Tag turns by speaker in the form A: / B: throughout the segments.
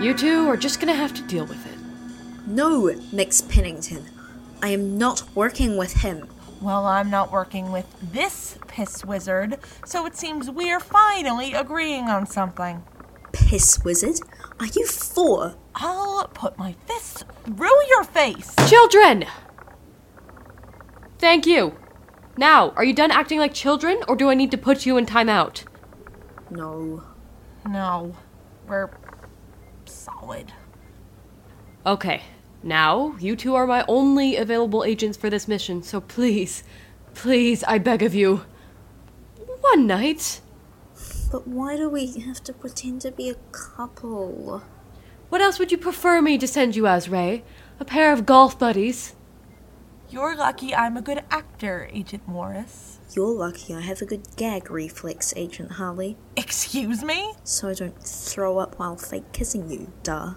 A: You two are just gonna have to deal with it.
B: No, Mix Pennington. I am not working with him.
C: Well, I'm not working with this piss wizard, so it seems we're finally agreeing on something.
B: Piss wizard? Are you four?
C: I'll put my fist through your face.
A: Children! Thank you. Now, are you done acting like children, or do I need to put you in timeout?
B: No.
C: No, we're solid.
A: Okay, now, you two are my only available agents for this mission, so please, please, I beg of you. One night.
B: But why do we have to pretend to be a couple?
A: What else would you prefer me to send you as, Ray? A pair of golf buddies?
C: You're lucky I'm a good actor, Agent Morris.
B: You're lucky I have a good gag reflex, Agent Harley,
C: Excuse me?
B: so I don't throw up while fake kissing you, duh.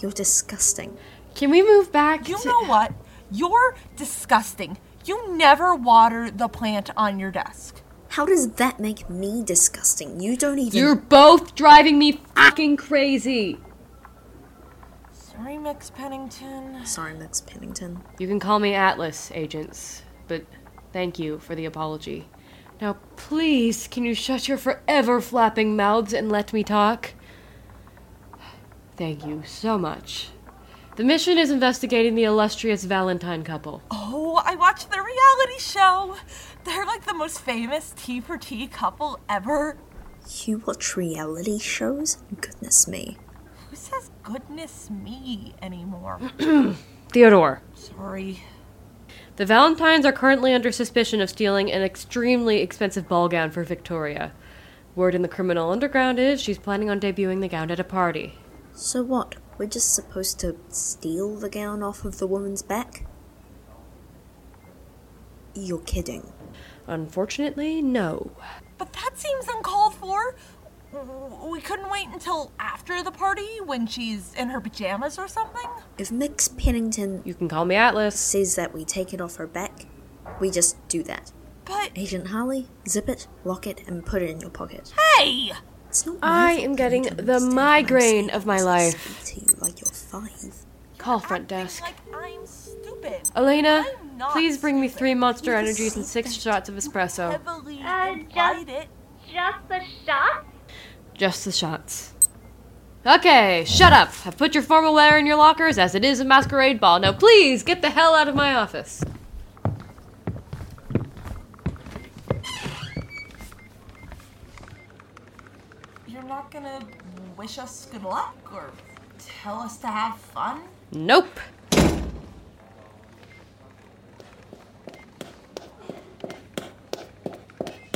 B: You're disgusting.
A: Can we move back?
C: You
A: to-
C: know what? You're disgusting. You never water the plant on your desk.
B: How does that make me disgusting? You don't even.
A: You're both driving me fucking crazy!
C: Sorry, Mix Pennington.
B: Sorry, Mix Pennington.
A: You can call me Atlas, agents, but thank you for the apology. Now, please, can you shut your forever flapping mouths and let me talk? Thank you so much. The mission is investigating the illustrious Valentine couple.
C: Oh, I watched their reality show. They're like the most famous T for T couple ever.
B: You watch reality shows? Goodness me.
C: Who says goodness me anymore?
A: Mm. Theodore.
C: Sorry.
A: The Valentines are currently under suspicion of stealing an extremely expensive ball gown for Victoria. Word in the criminal underground is she's planning on debuting the gown at a party.
B: So what? We're just supposed to steal the gown off of the woman's back? You're kidding.
A: Unfortunately, no.
C: But that seems uncalled for. W- We couldn't wait until after the party when she's in her pajamas or something?
B: If Mix Pennington
A: You can call me Atlas.
B: says that we take it off her back, we just do that.
C: But
B: Agent Harley, zip it, lock it, and put it in your pocket.
C: hey!
B: It's not my
A: I
B: fault
A: am
B: you
A: getting
B: don't
A: the
B: understand what I'm
A: migraine
B: saying.
A: of my
B: I
A: life.
B: speak To you like you're five.
A: Call front
C: Acting
A: desk.
C: Like I'm stupid.
A: Elena,
C: I'm not
A: please bring me three monster
B: Please.
A: energies and six shots of espresso.
C: heavily
D: Uh,
C: implied it.
D: Just the shot?
A: Just the shots. Okay, shut up. I've put your formal wear in your lockers as it is a masquerade ball. Now please get the hell out of my office.
C: You're not gonna wish us good luck or tell us to have fun?
A: Nope.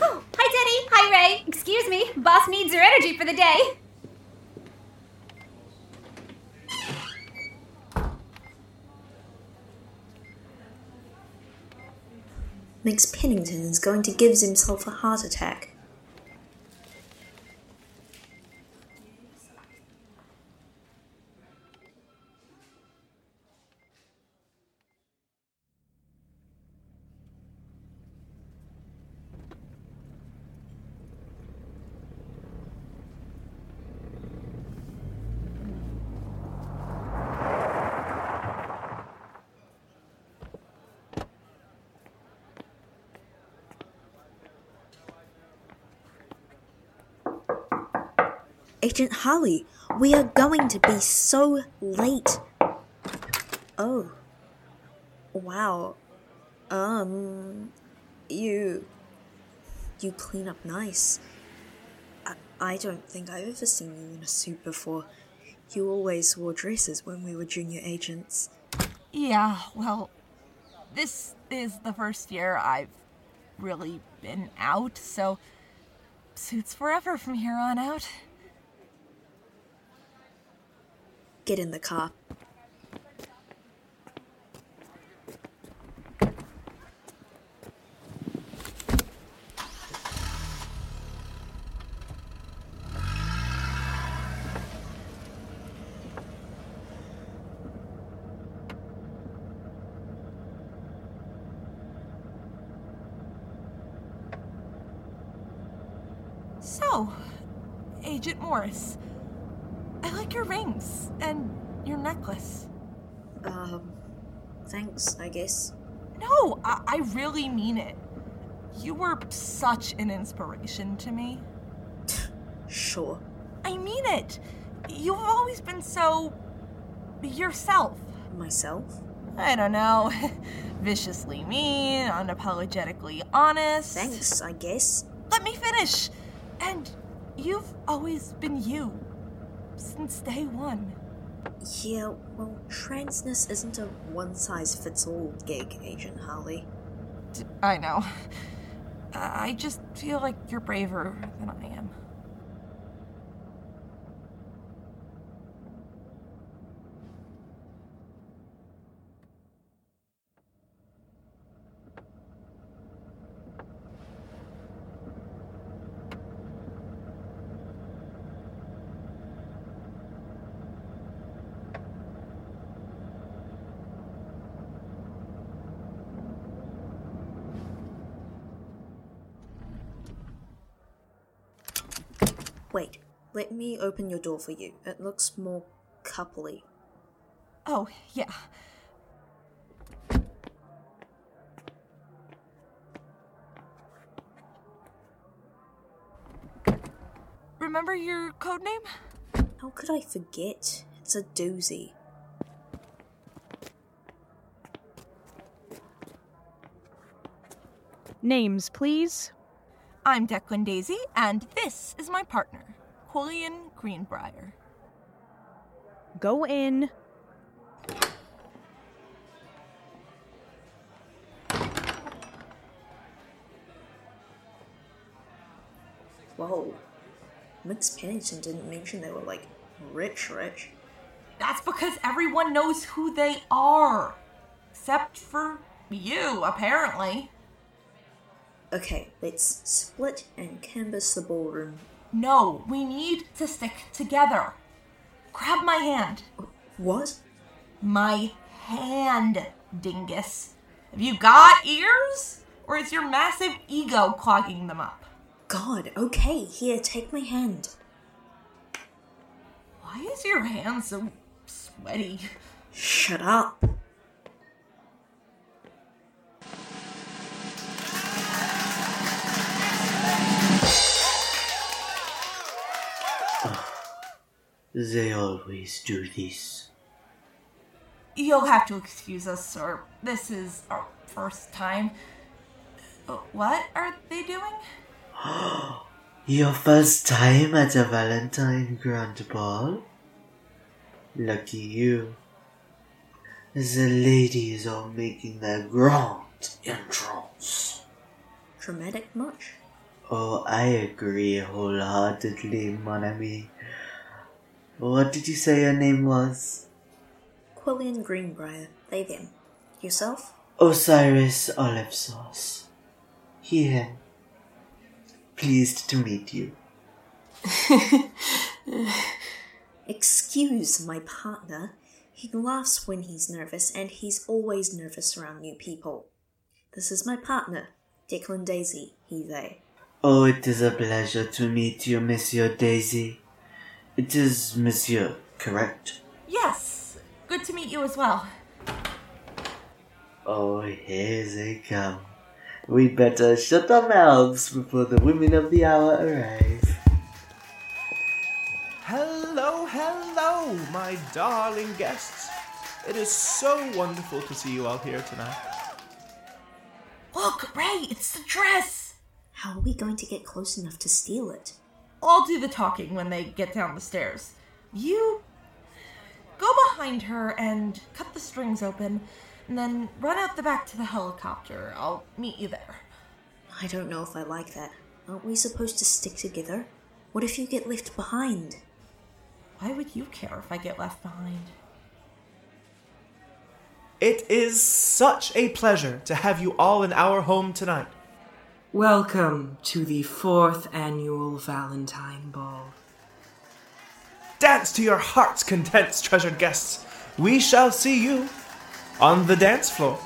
D: Oh, hi, Teddy. Hi, Ray. Excuse me. Boss needs your energy for the day.
B: Mix Pennington is going to give himself a heart attack. Agent Harley, we are going to be so late. Oh. Wow. Um. You. You clean up nice. I, I don't think I've ever seen you in a suit before. You always wore dresses when we were junior agents.
C: Yeah, well, this is the first year I've really been out, so suits forever from here on out.
B: Get in the car.
C: So, Agent Morris, I like Take your rings and your necklace.
B: Um, thanks, I guess.
C: No, I, I really mean it. You were such an inspiration to me.
B: Sure.
C: I mean it. You've always been so. yourself.
B: Myself?
C: I don't know. Viciously mean, unapologetically honest.
B: Thanks, I guess.
C: Let me finish! And you've always been you. Since day one.
B: Yeah, well, transness isn't a one size fits all gig, Agent Harley.
C: D- I know. I just feel like you're braver than I am.
B: Wait, let me open your door for you. It looks more coupley.
C: Oh, yeah. Remember your code name?
B: How could I forget? It's a doozy.
E: Names, please.
C: I'm Declan Daisy, and this is my partner, Julian Greenbrier.
E: Go in.
B: Whoa. Miss Pennington didn't mention they were like rich, rich.
C: That's because everyone knows who they are. Except for you, apparently.
B: Okay, let's split and canvas the ballroom.
C: No, we need to stick together. Grab my hand.
B: What?
C: My hand, dingus. Have you got ears? Or is your massive ego clogging them up?
B: God, okay, here, take my hand.
C: Why is your hand so sweaty?
B: Shut up.
F: They always do this.
C: You'll have to excuse us, sir. This is our first time. Uh, What are they doing?
F: Your first time at a Valentine Grand Ball? Lucky you. The ladies are making their grand entrance.
B: Traumatic much?
F: Oh, I agree wholeheartedly, mon ami. What did you say your name was?
B: Quillian Greenbrier, they them. Yourself?
F: Osiris Olive Sauce. He, him. Pleased to meet you.
B: Excuse my partner. He laughs when he's nervous, and he's always nervous around new people. This is my partner, Declan Daisy, he they.
F: Oh, it is a pleasure to meet you, Monsieur Daisy. It is Monsieur, correct?
C: Yes, good to meet you as well.
F: Oh, here they come. We better shut our mouths before the women of the hour arrive.
G: Hello, hello, my darling guests. It is so wonderful to see you all here tonight.
C: Look, Ray, it's the dress!
B: How are we going to get close enough to steal it?
C: I'll do the talking when they get down the stairs. You go behind her and cut the strings open, and then run out the back to the helicopter. I'll meet you there.
B: I don't know if I like that. Aren't we supposed to stick together? What if you get left behind?
C: Why would you care if I get left behind?
G: It is such a pleasure to have you all in our home tonight.
H: Welcome to the fourth annual Valentine Ball.
G: Dance to your heart's contents, treasured guests. We shall see you on the dance floor.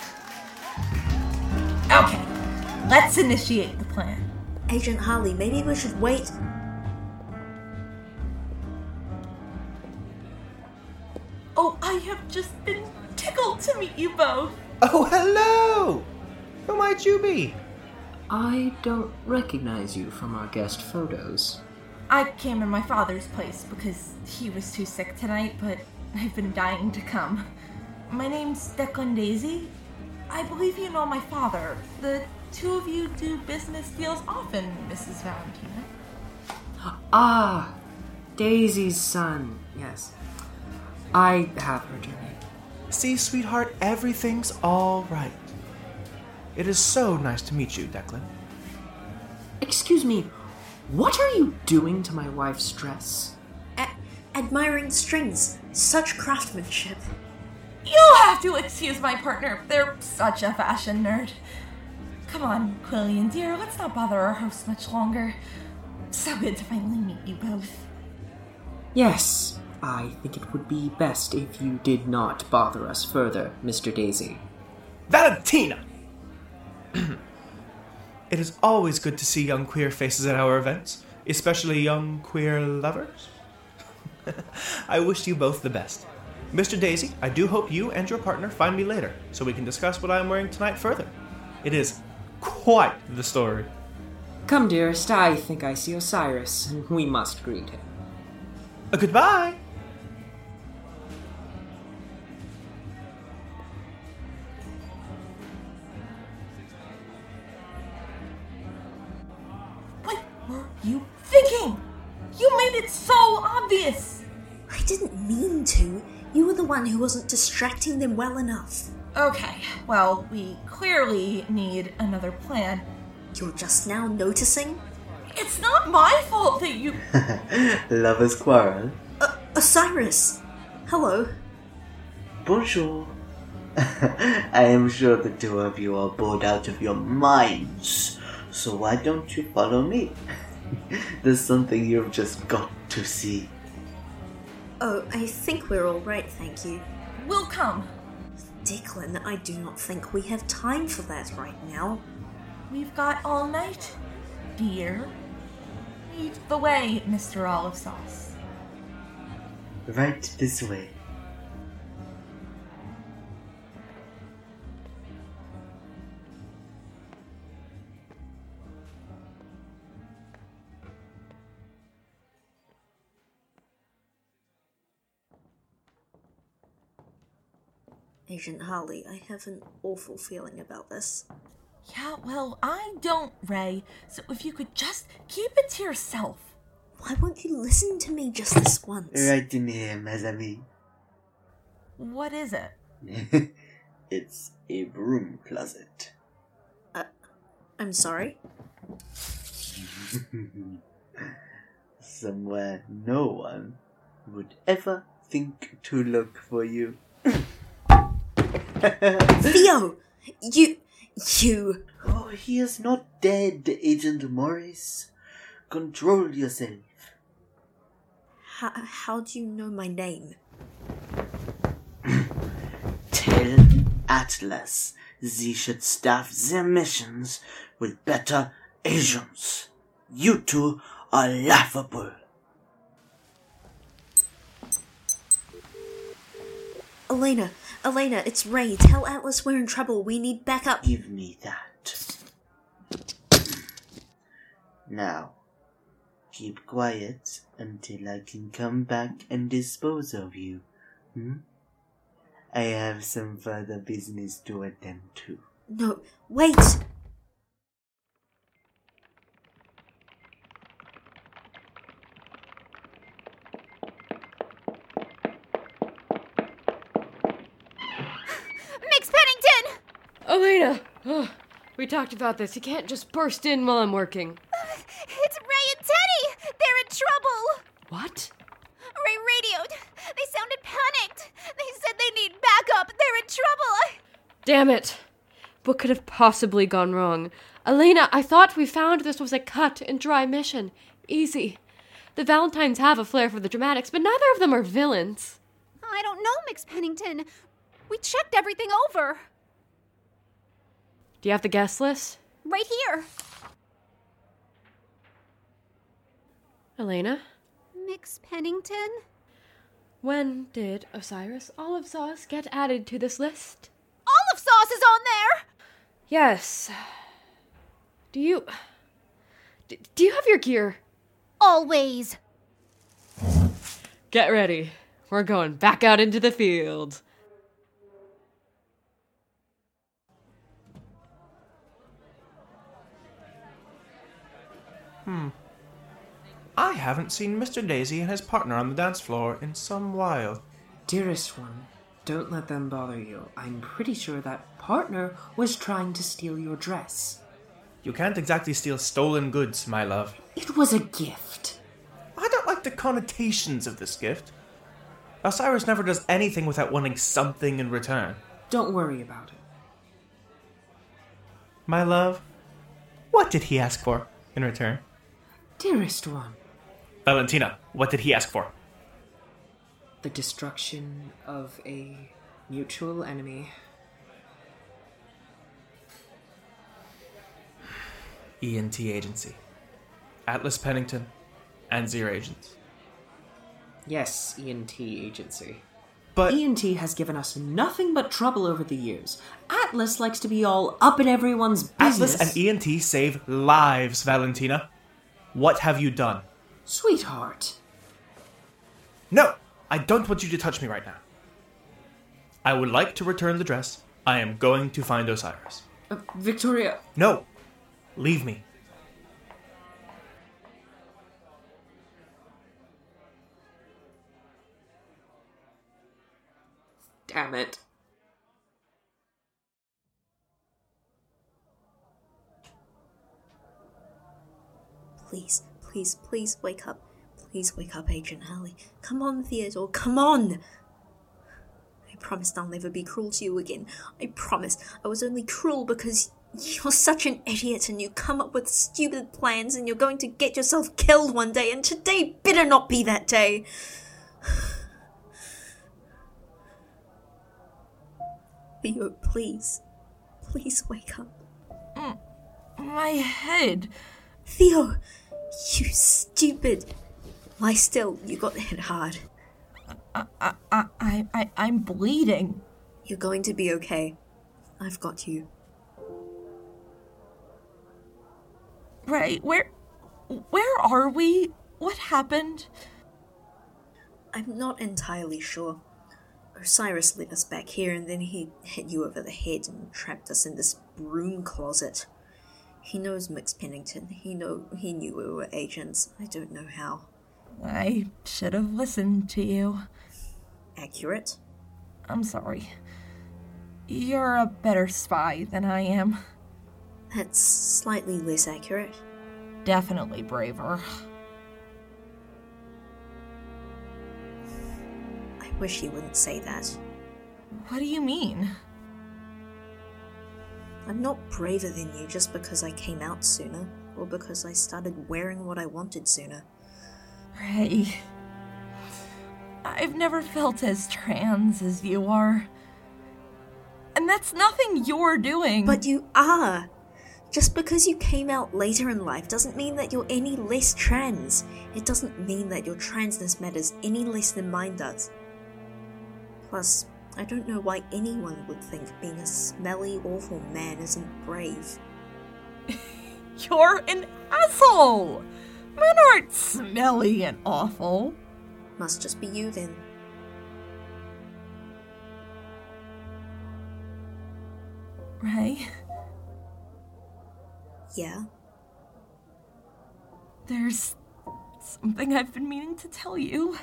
C: Okay, let's initiate the plan.
B: Agent Harley, maybe we should wait.
C: Oh, I have just been tickled to meet you both.
G: Oh, hello! Who might you be?
I: I don't recognize you from our guest photos.
C: I came in my father's place because he was too sick tonight, but I've been dying to come. My name's Declan Daisy. I believe you know my father. The two of you do business deals often, Mrs. Valentina.
H: Ah, Daisy's son. Yes. I have heard your name.
G: See, sweetheart, everything's all right. It is so nice to meet you, Declan.
H: Excuse me, what are you doing to my wife's dress?
B: A- admiring strings, such craftsmanship.
C: You'll have to excuse my partner. They're such a fashion nerd. Come on, Quillian dear, let's not bother our host much longer. So good to finally meet you both.
H: Yes,
I: I think it would be best if you did not bother us further, Mr. Daisy.
G: Valentina! it is always good to see young queer faces at our events, especially young queer lovers. I wish you both the best. Mr. Daisy, I do hope you and your partner find me later so we can discuss what I am wearing tonight further. It is quite the story.
H: Come, dearest, I think I see Osiris, and we must greet him.
G: Uh, goodbye!
C: What were you thinking? You made it so obvious!
B: I didn't mean to. You were the one who wasn't distracting them well enough.
C: Okay, well, we clearly need another plan.
B: You're just now noticing?
C: It's not my fault that you.
F: Lovers quarrel.
B: Uh, Osiris! Hello.
F: Bonjour. I am sure the two of you are bored out of your minds, so why don't you follow me? There's something you've just got to see.
B: Oh, I think we're alright, thank you.
C: We'll come.
B: Declan, I do not think we have time for that right now.
C: We've got all night, dear. Lead the way, Mr. Olive Sauce.
F: Right this way.
B: Agent Harley, I have an awful feeling about this.
C: Yeah, well, I don't, Ray, so if you could just keep it to yourself.
B: Why won't you listen to me just this once?
F: Right in here, mes amis.
C: What is it?
F: it's a broom closet.
B: I'm sorry.
F: Somewhere no one would ever think to look for you.
B: Theo! You. You.
F: Oh, he is not dead, Agent Morris. Control yourself.
B: How, how do you know my name?
F: Tell Atlas they should staff their missions with better agents. You two are laughable.
B: Elena, Elena, it's Ray. Tell Atlas we're in trouble. We need backup.
F: Give me that. Hmm. Now, keep quiet until I can come back and dispose of you. Hmm? I have some further business to attend to.
B: No, wait!
D: Mix Pennington!
A: Elena! Ugh, we talked about this. You can't just burst in while I'm working.
D: It's Ray and Teddy! They're in trouble!
A: What?
D: Ray radioed. They sounded panicked. They said they need backup. They're in trouble. I-
A: Damn it! What could have possibly gone wrong? Elena, I thought we found this was a cut and dry mission. Easy. The Valentines have a flair for the dramatics, but neither of them are villains.
D: I don't know, Mix Pennington. We checked everything over.
A: Do you have the guest list?
D: Right here.
A: Elena?
D: Mix Pennington?
A: When did Osiris olive sauce get added to this list?
D: Olive sauce is on there!
A: Yes. Do you. d- Do you have your gear?
D: Always.
A: Get ready. We're going back out into the field.
G: I haven't seen Mr. Daisy and his partner on the dance floor in some while.
I: Dearest one, don't let them bother you. I'm pretty sure that partner was trying to steal your dress.
G: You can't exactly steal stolen goods, my love.
I: It was a gift.
G: I don't like the connotations of this gift. Osiris never does anything without wanting something in return.
I: Don't worry about it.
G: My love, what did he ask for in return?
I: Dearest one,
G: Valentina, what did he ask for?
I: the destruction of a mutual enemy.
G: ENT E Agency, Atlas Pennington, and Zero Agents.
I: Yes, ENT agency.
G: But
I: ENT has given us nothing but trouble over the years. Atlas likes to be all up in everyone's business.
G: Atlas and E- ENT save lives, Valentina. What have you done?
I: Sweetheart,
G: No, I don't want you to touch me right now. I would like to return the dress. I am going to find Osiris.
I: uh, Victoria,
G: No, leave me.
I: damn it.
B: Please, please, please wake up. Please wake up, Agent Hallie. Come on, Theodore, come on! I promise I'll never be cruel to you again. I promise. I was only cruel because you're such an idiot and you come up with stupid plans and you're going to get yourself killed one day, and today better not be that day! Theo, please. Please wake up.
C: My head.
B: Theo, you stupid. Lie still, you got hit hard.
C: I, I, I, I, I'm bleeding.
B: You're going to be okay. I've got you.
C: Right, where. Where are we? What happened?
B: I'm not entirely sure. Osiris led us back here and then he hit you over the head and trapped us in this broom closet. He knows Mix Pennington. He know he knew we were agents. I don't know how.
C: I should have listened to you.
B: Accurate?
C: I'm sorry. You're a better spy than I am.
B: That's slightly less accurate.
C: Definitely braver.
B: I wish he wouldn't say that.
C: What do you mean?
B: I'm not braver than you just because I came out sooner, or because I started wearing what I wanted sooner.
C: Ray. I've never felt as trans as you are. And that's nothing you're doing.
B: But you are! Just because you came out later in life doesn't mean that you're any less trans. It doesn't mean that your transness matters any less than mine does. Plus, I don't know why anyone would think being a smelly, awful man isn't brave.
C: you're an asshole! Men aren't smelly and awful.
B: Must just be you then.
C: Ray,
B: Yeah?
C: there's something I've been meaning to tell you.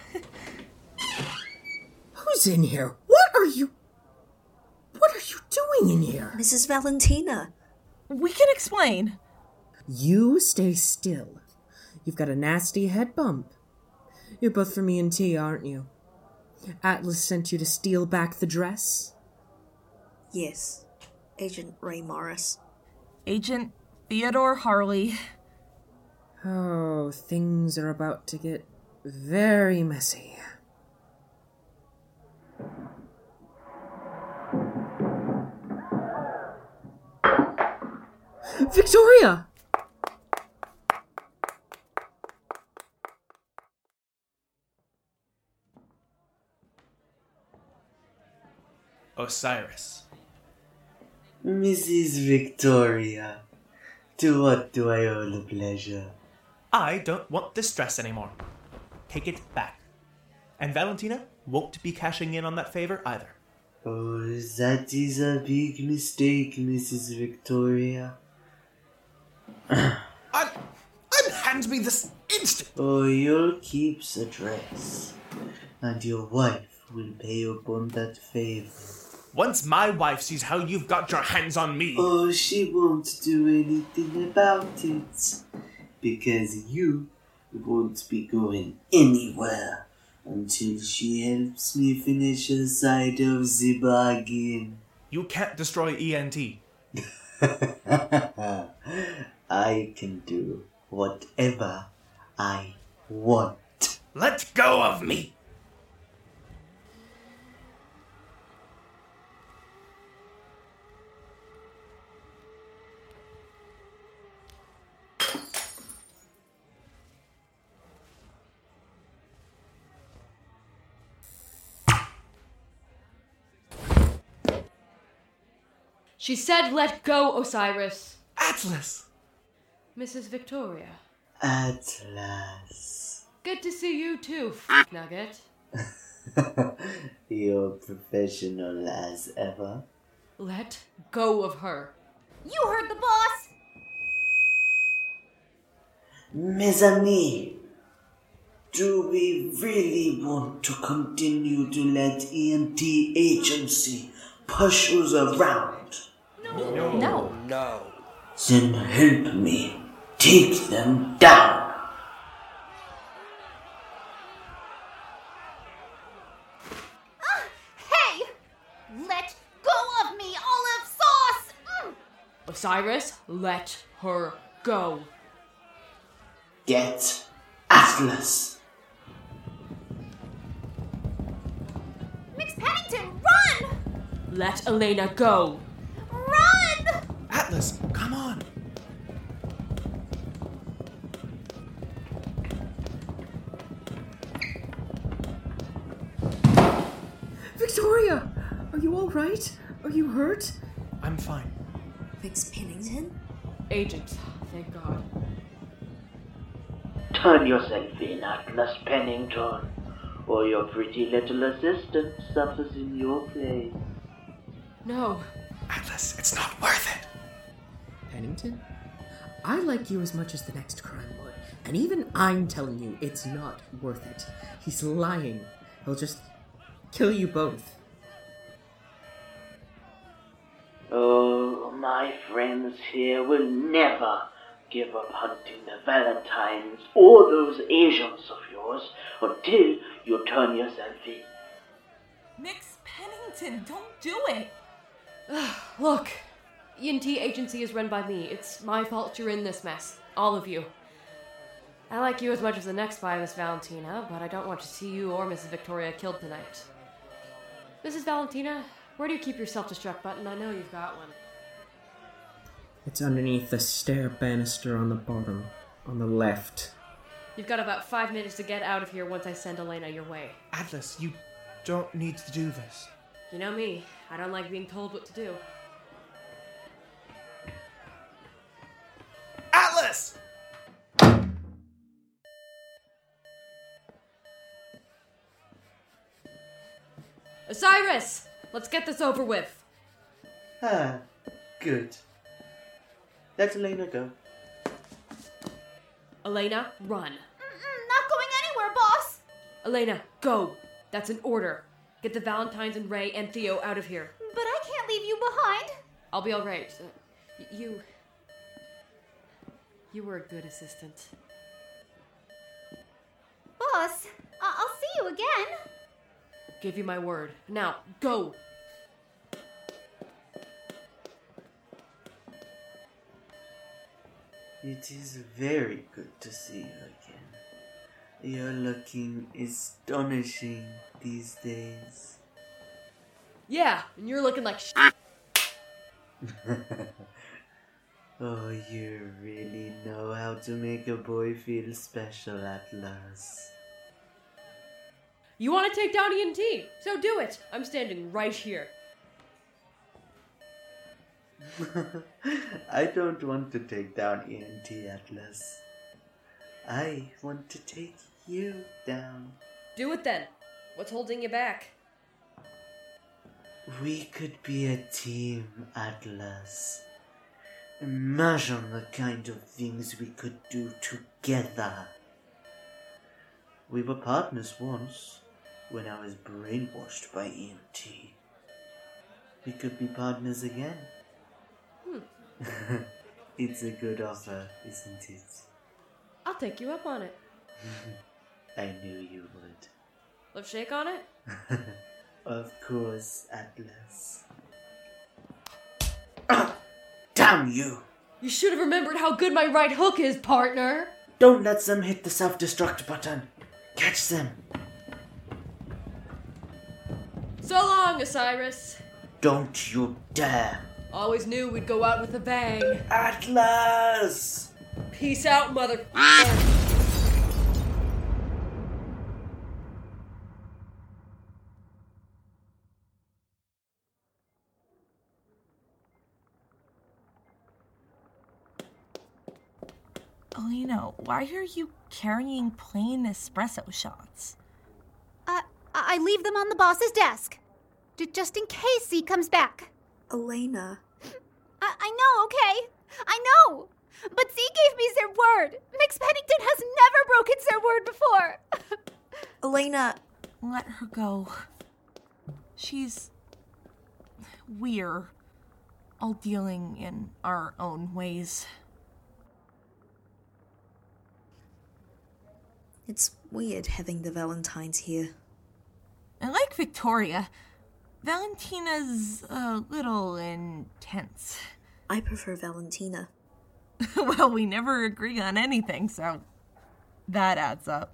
I: Who's in here? What are you. What are you doing in here?
B: Mrs. Valentina!
C: We can explain.
I: You stay still. You've got a nasty head bump. You're both from ENT, aren't you? Atlas sent you to steal back the dress?
B: Yes. Agent Ray Morris.
C: Agent Theodore Harley.
I: Oh, things are about to get very messy. Victoria!
G: Osiris.
F: Mrs. Victoria, to what do I owe the pleasure?
G: I don't want this dress anymore. Take it back. And Valentina won't be cashing in on that favor either.
F: Oh, that is a big mistake, Mrs. Victoria.
G: Un- unhand me this instant!
F: Oh, you'll keep the dress, and your wife will pay upon that favor.
G: Once my wife sees how you've got your hands on me,
F: Oh, she won't do anything about it, because you won't be going anywhere until she helps me finish her side of the bargain.
G: you can't destroy E ENT.
F: I can do whatever I want.
G: Let go of me!
A: She said, let go, Osiris.
G: Atlas!
A: Mrs. Victoria,
F: Atlas.
A: good to see you too, f- Nugget.
F: You're professional as ever.
A: Let go of her.
D: You heard the boss!
F: Mes amis, do we really want to continue to let ENT agency push us around?
A: No.
F: Then help me take them down.
D: Ah, Hey! Let go of me, olive sauce! Mm.
A: Osiris, let her go.
F: Get Atlas.
D: Mix Pennington, run!
A: Let Elena go.
D: Run!
G: Atlas, come on!
I: Victoria! Are you alright? Are you hurt?
G: I'm fine.
B: Fix Pennington?
A: Agent, thank God.
F: Turn yourself in, Atlas Pennington, or your pretty little assistant suffers in your place.
A: No.
G: Atlas, it's not worth it!
I: Pennington? I like you as much as the next crime lord, and even I'm telling you it's not worth it. He's lying. He'll just kill you both.
F: Oh, my friends here will never give up hunting the Valentines or those agents of yours until you turn yourself in.
C: Mix Pennington, don't do it!
A: Look, ENT agency is run by me. It's my fault you're in this mess. All of you. I like you as much as the next spy, Miss Valentina, but I don't want to see you or Mrs. Victoria killed tonight. Mrs. Valentina, where do you keep your self destruct button? I know you've got one.
I: It's underneath the stair banister on the bottom, on the left.
A: You've got about five minutes to get out of here once I send Elena your way.
G: Atlas, you don't need to do this.
A: You know me, I don't like being told what to do.
G: Atlas!
A: Osiris! Let's get this over with!
F: Ah, good. Let Elena go.
A: Elena, run.
D: Mm-mm, not going anywhere, boss!
A: Elena, go! That's an order. Get the Valentines and Ray and Theo out of here.
D: But I can't leave you behind!
A: I'll be alright. You. You were a good assistant.
D: Boss, I- I'll see you again!
A: Give you my word. Now, go!
F: It is very good to see you again. You're looking astonishing these days.
A: Yeah, and you're looking like sh-
F: Oh, you really know how to make a boy feel special, Atlas.
A: You want to take down ENT, so do it! I'm standing right here.
F: I don't want to take down ENT Atlas. I want to take you down.
J: Do it then. What's holding you back?
F: We could be a team, Atlas. Imagine the kind of things we could do together. We were partners once when I was brainwashed by EMT. We could be partners again. Hmm. it's a good offer, isn't it?
A: I'll take you up on it.
F: I knew you would.
A: Love shake on it?
F: Of course, Atlas. Ah! Damn you!
A: You should have remembered how good my right hook is, partner!
F: Don't let them hit the self destruct button! Catch them!
A: So long, Osiris.
F: Don't you dare!
A: Always knew we'd go out with a bang.
F: Atlas!
J: Peace out, mother.
C: Alina, why are you carrying plain espresso shots?
D: I, I leave them on the boss's desk. J- just in case he comes back.
B: Elena.
D: I, I know, okay? I know! But Z gave me their word. Max Pennington has never broken their word before.
B: Elena,
C: Let her go. She's. We're all dealing in our own ways.
B: it's weird having the Valentines here.
C: And like Victoria, Valentina's a little intense.
B: I prefer Valentina.
C: well, we never agree on anything, so that adds up.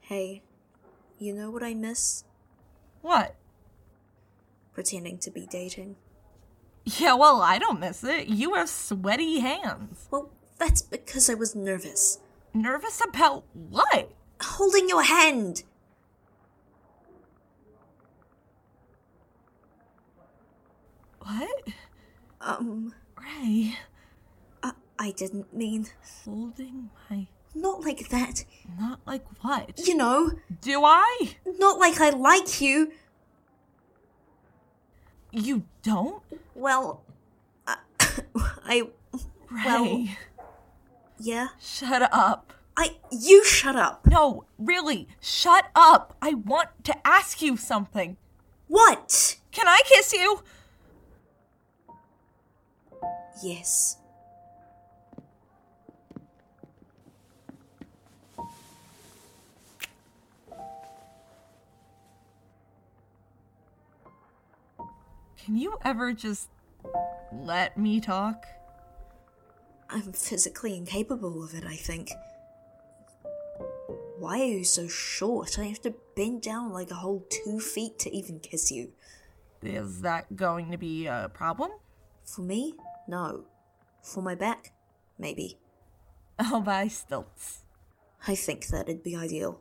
B: Hey, you know what I miss?
C: What?
B: Pretending to be dating.
C: Yeah, well, I don't miss it. You have sweaty hands.
B: Well, that's because I was nervous.
C: Nervous about what?
B: Holding your hand!
C: What?
B: Um,
C: Ray,
B: I, I didn't mean.
C: holding my.
B: Not like that.
C: Not like what?
B: You know,
C: Do I?
B: not like I like you.
C: You don't?
B: Well, I. I
C: Ray,
B: Well- yeah?
C: shut up.
B: I. You shut up!
C: No, really, shut up. I want to ask you something.
B: What?
C: Can I kiss you?
B: Yes.
C: Can you ever just let me talk?
B: I'm physically incapable of it, I think. Why are you so short? I have to bend down like a whole two feet to even kiss you.
C: Is that going to be a problem?
B: For me? No. For my back? Maybe.
C: Oh, by stilts.
B: I think that'd be ideal.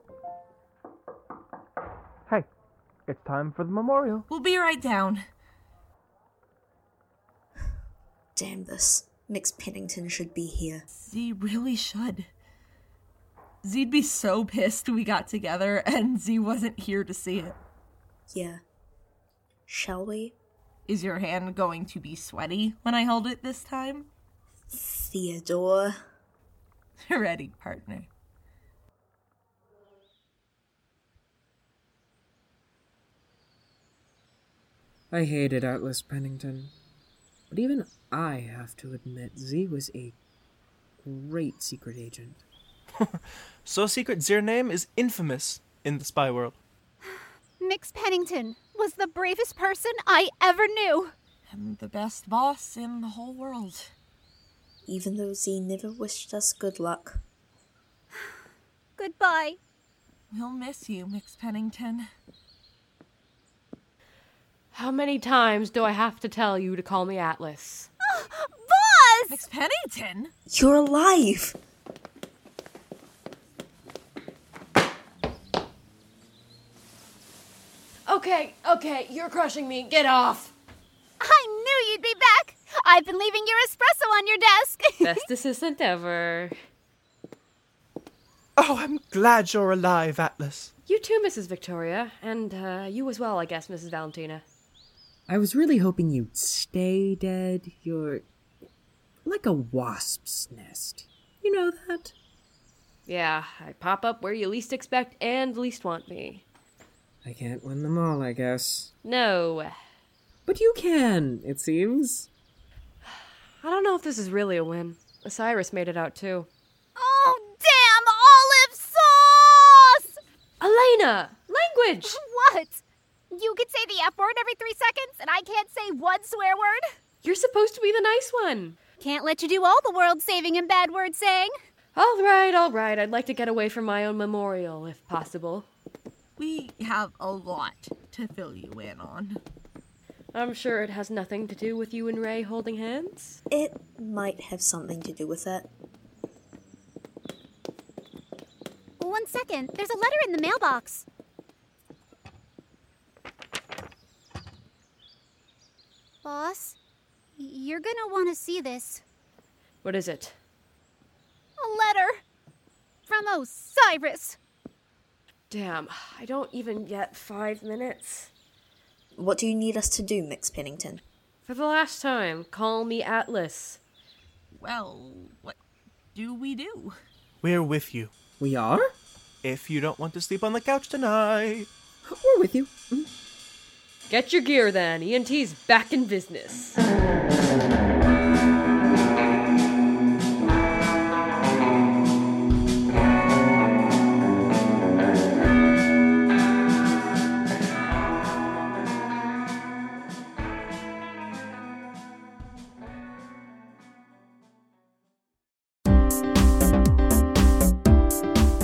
G: Hey, it's time for the memorial.
C: We'll be right down.
B: Damn this. Mix Pennington should be here.
C: Z really should. Z'd be so pissed we got together and Z wasn't here to see it.
B: Yeah. Shall we?
C: Is your hand going to be sweaty when I hold it this time?
B: Theodore.
C: Ready, partner.
I: I hated Atlas Pennington. But even I have to admit, Z was a great secret agent.
G: So Secret Zir name is infamous in the spy world.
D: Mix Pennington was the bravest person I ever knew.
C: I'm the best boss in the whole world.
B: Even though Z never wished us good luck.
D: Goodbye.
C: We'll miss you, Mix Pennington.
A: How many times do I have to tell you to call me Atlas?
D: Boss!
C: Mix Pennington?
B: You're alive!
A: Oh, Okay, okay, you're crushing me. Get off.
D: I knew you'd be back. I've been leaving your espresso on your desk.
A: Best assistant ever.
G: Oh, I'm glad you're alive, Atlas.
A: You too, Mrs. Victoria, and uh, you as well, I guess, Mrs. Valentina.
I: I was really hoping you'd stay dead. You're like a wasp's nest. You know that?
A: Yeah, I pop up where you least expect and least want me.
I: I can't win them all, I guess.
A: No,
I: But you can, it seems.
A: I don't know if this is really a win. Cyrus made it out too.
D: oh, damn olive sauce!
A: Elena! Language!
D: What? You could say the F word every three seconds, and I can't say one swear word?
A: You're supposed to be the nice one!
D: Can't let you do all the world saving and bad word saying.
A: All right, all right, I'd like to get away from my own memorial, if possible.
C: We have a lot to fill you in on.
A: I'm sure it has nothing to do with you and Ray holding hands.
B: It might have something to do with it.
D: One second, there's a letter in the mailbox. Boss, you're gonna want to see this.
A: What is it?
D: A letter from Osiris.
A: Damn, I don't even get five minutes.
B: What do you need us to do, Mix Pennington?
A: For the last time, call me Atlas.
C: Well, what do we do?
G: We're with you.
I: We are?
G: If you don't want to sleep on the couch tonight.
I: We're with you.
A: Get your gear then, ENT's back in business.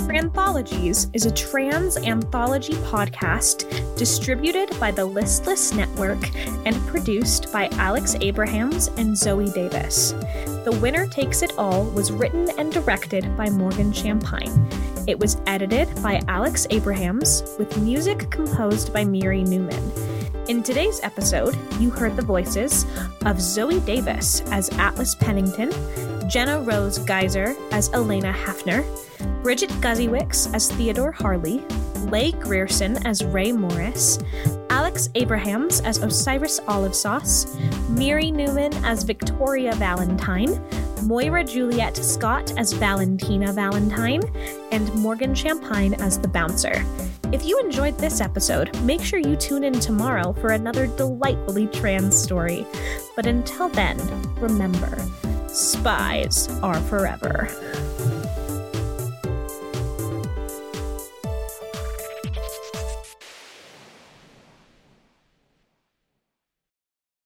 E: Anthologies is a trans anthology podcast distributed by the Listless Network and produced by Alex Abrahams and Zoe Davis. The Winner Takes It All was written and directed by Morgan Champagne. It was edited by Alex Abrahams with music composed by Miri Newman. In today's episode, you heard the voices of Zoe Davis as Atlas Pennington, Jenna Rose Geyser as Elena Hafner, Bridget Guzzywicks as Theodore Harley, Leigh Grierson as Ray Morris, Alex Abrahams as Osiris Olive Sauce, Miri Newman as Victoria Valentine, Moira Juliet Scott as Valentina Valentine, and Morgan Champagne as the Bouncer. If you enjoyed this episode, make sure you tune in tomorrow for another delightfully trans story. But until then, remember spies are forever.